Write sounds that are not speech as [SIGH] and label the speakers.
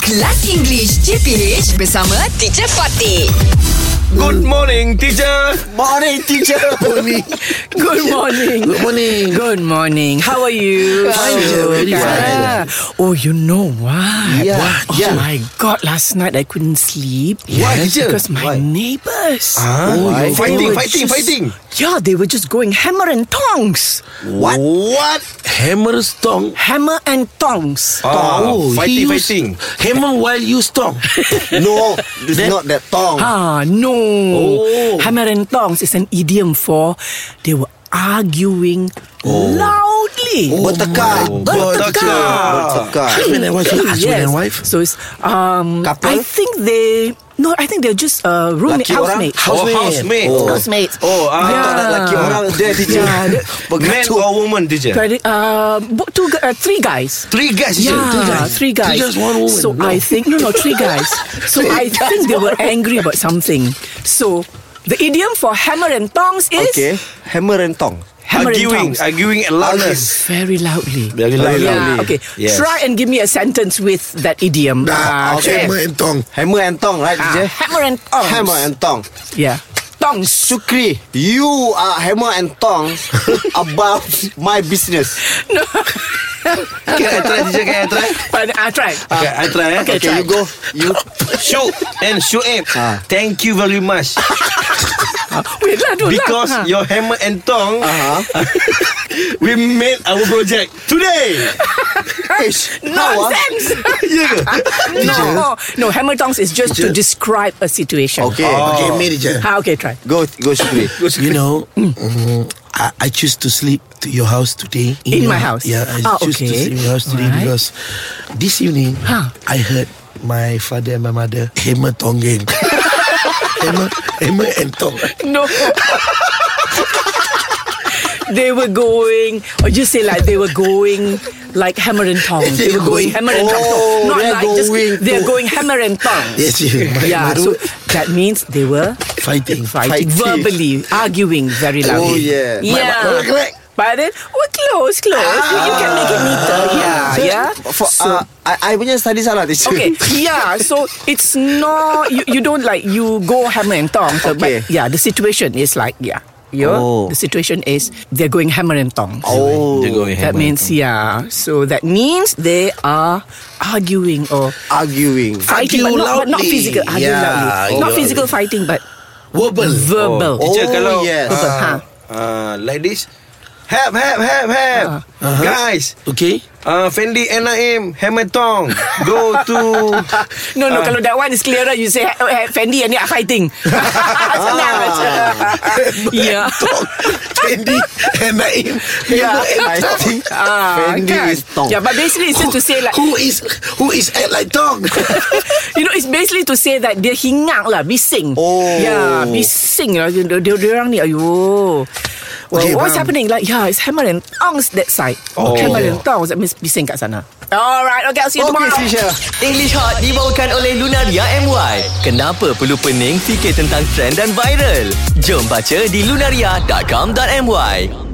Speaker 1: Kelas English CPH bersama Teacher Fatih.
Speaker 2: Good morning, teacher.
Speaker 3: Morning [LAUGHS] teacher Morning
Speaker 4: [LAUGHS] Good morning.
Speaker 3: Good morning
Speaker 4: Good morning. How are you?
Speaker 3: Fine, sir. Very fine.
Speaker 4: Yeah. Oh, you know what?
Speaker 3: Yeah.
Speaker 4: What? Oh
Speaker 3: Yeah.
Speaker 4: my God! Last night I couldn't sleep.
Speaker 3: Why, teacher?
Speaker 4: Because
Speaker 3: Why?
Speaker 4: my neighbors.
Speaker 3: Oh,
Speaker 4: They
Speaker 3: you
Speaker 2: Fighting,
Speaker 4: were
Speaker 2: fighting,
Speaker 4: just-
Speaker 2: fighting.
Speaker 4: Yeah, they were just going hammer and tongs.
Speaker 3: What? What? Hammer stong
Speaker 4: Hammer and tongs.
Speaker 2: Ah,
Speaker 3: Oh,
Speaker 2: fighting,
Speaker 3: he use
Speaker 2: fighting.
Speaker 3: Hammer while you Ha. stong [LAUGHS] No It's
Speaker 2: That-
Speaker 3: not that tong
Speaker 4: Ah, no.
Speaker 3: Oh.
Speaker 4: Hammer and tongs is an idiom for they were arguing
Speaker 3: Oh.
Speaker 4: loudly.
Speaker 3: Bertekak
Speaker 4: Bertekak.
Speaker 3: Bertekak Husband and wife
Speaker 4: yes. So it's um
Speaker 3: Couple?
Speaker 4: I think they no, I think they're just uh roommate
Speaker 3: Laki orang
Speaker 4: housemate.
Speaker 2: Oh, housemate. Oh.
Speaker 4: Housemate.
Speaker 2: Oh, ah,
Speaker 3: Tak ada laki orang Dia teacher
Speaker 4: Yeah, dia-
Speaker 2: Man
Speaker 3: Pengacau
Speaker 2: or woman, teacher?
Speaker 4: But, uh, bo- two, gu- uh, three guys.
Speaker 3: Three guys teacher.
Speaker 4: yeah, three guys.
Speaker 3: Three guys one woman
Speaker 4: So I think no, no, three
Speaker 3: [LAUGHS]
Speaker 4: guys. So I think they were angry about something. So the idiom for hammer and tongs is
Speaker 3: Okay Hammer and tong
Speaker 4: hammer
Speaker 2: arguing,
Speaker 4: and tongs.
Speaker 2: arguing at loudness.
Speaker 4: Very loudly.
Speaker 2: Very loudly.
Speaker 4: Yeah, okay.
Speaker 2: Yes.
Speaker 4: Try and give me a sentence with that idiom. Ah,
Speaker 3: Hammer and tong Ha. Hammer and tong right
Speaker 4: Ah,
Speaker 3: teacher
Speaker 4: hammer and tongs.
Speaker 3: Hammer and tong
Speaker 4: Yeah. Tongs.
Speaker 3: Sukri, you are hammer and
Speaker 4: [LAUGHS]
Speaker 3: tongs about my business.
Speaker 2: Can I try, teacher? Can I try?
Speaker 4: But I tried.
Speaker 2: [LAUGHS] Okay, I try. eh?
Speaker 3: Okay, you go.
Speaker 4: [LAUGHS]
Speaker 3: You
Speaker 2: Shoot and shoot it.
Speaker 3: Ah.
Speaker 2: Thank you very much.
Speaker 4: Wait lah, do
Speaker 2: Because
Speaker 4: lah.
Speaker 2: your hammer and tongue,
Speaker 3: uh-huh.
Speaker 2: [LAUGHS] we made our project today.
Speaker 3: Ish, how, ah?
Speaker 4: Nonsense!
Speaker 2: yeah ke?
Speaker 4: [LAUGHS] no, no, hammer tongs is just to describe a situation.
Speaker 3: Okay,
Speaker 5: Okay, me teacher.
Speaker 4: Ah, okay, try.
Speaker 3: go go Shukri.
Speaker 5: You know,
Speaker 4: Hmm.
Speaker 5: mm, I, I choose to sleep to your house today.
Speaker 4: In
Speaker 5: your-
Speaker 4: my house?
Speaker 5: Yeah, I
Speaker 4: Ah,
Speaker 5: choose to
Speaker 4: okay.
Speaker 5: sleep in your house today
Speaker 4: Alright.
Speaker 5: because this evening
Speaker 4: Huh.
Speaker 5: I heard my father and my mother hammer tongging.
Speaker 4: [LAUGHS]
Speaker 5: hammer, hammer and tong.
Speaker 4: No. [LAUGHS] they were going, or just say like they were going like hammer and tongs.
Speaker 5: They
Speaker 4: They were going
Speaker 5: going-
Speaker 4: hammer and tongs.
Speaker 3: Oh,
Speaker 4: Not
Speaker 3: they're
Speaker 4: like just,
Speaker 3: going
Speaker 4: they're
Speaker 3: to-
Speaker 4: going hammer and tongs.
Speaker 5: Yes, you. My
Speaker 4: Yeah,
Speaker 5: mother
Speaker 4: so that means they were
Speaker 5: fighting.
Speaker 3: Fighting.
Speaker 4: fighting, verbally, arguing very loudly.
Speaker 3: Oh, yeah. My-
Speaker 4: Yeah.
Speaker 5: my- correct.
Speaker 4: But then, oh, close, close. you can make it neater. Yeah, yeah.
Speaker 3: Ah, For, uh, I, I punya study salah teacher.
Speaker 4: Okay, yeah. So it's not you. You don't like you go hammer and tongs. so-
Speaker 3: Okay.
Speaker 4: But yeah, the situation is like yeah. you
Speaker 3: Oh.
Speaker 4: The situation is they're going hammer and tongs.
Speaker 3: Oh,
Speaker 2: Dia going
Speaker 4: That
Speaker 2: hammer and
Speaker 4: means yeah. So that means they are arguing or
Speaker 3: arguing.
Speaker 4: fighting,
Speaker 5: Argue
Speaker 4: but not, but not
Speaker 5: loudly.
Speaker 4: physical. Argue
Speaker 5: Yeah,
Speaker 4: loudly.
Speaker 5: argue
Speaker 4: Not physical fighting, but
Speaker 5: Verbal.
Speaker 4: verbal.
Speaker 2: Teacher,
Speaker 3: Oh,
Speaker 2: kalau
Speaker 3: yes.
Speaker 2: ah,
Speaker 4: Ha.
Speaker 2: ah, like this, help, help, help, help, guys.
Speaker 5: Okay.
Speaker 2: Uh, Fendi NIM Hammer Tong Go to
Speaker 4: No, no. kalau that one is clearer, you say "Eh, eh, Fendi and they are fighting. [LAUGHS] Senang macam. Yeah.
Speaker 5: Tong. Fendi and Naim.
Speaker 4: Yeah.
Speaker 5: Hammer and
Speaker 3: I
Speaker 5: tong.
Speaker 3: think
Speaker 4: Ah,
Speaker 3: Fendi
Speaker 4: kan?
Speaker 3: is tong.
Speaker 4: Yeah, but basically it's just [LAUGHS] to say like
Speaker 5: Who is who is act like tong?
Speaker 4: [LAUGHS]
Speaker 5: [LAUGHS]
Speaker 4: you know, it's basically to say that dia hingang lah, bising.
Speaker 3: Oh.
Speaker 4: Yeah, bising lah. Dia, dia, dia orang ni, ayo. Well,
Speaker 5: Okay,
Speaker 4: what's
Speaker 5: faham.
Speaker 4: happening? Like, yeah, it's hammer and tongs that side.
Speaker 2: Okay.
Speaker 4: Hammer and tongs, that means bising kat sana. Alright, okay, I'll see you
Speaker 3: Okay,
Speaker 4: tomorrow.
Speaker 3: teacher.
Speaker 6: English Hot dibawakan oleh Lunaria MY. Kenapa perlu pening fikir tentang trend dan viral? Jom baca di lunaria.com.my.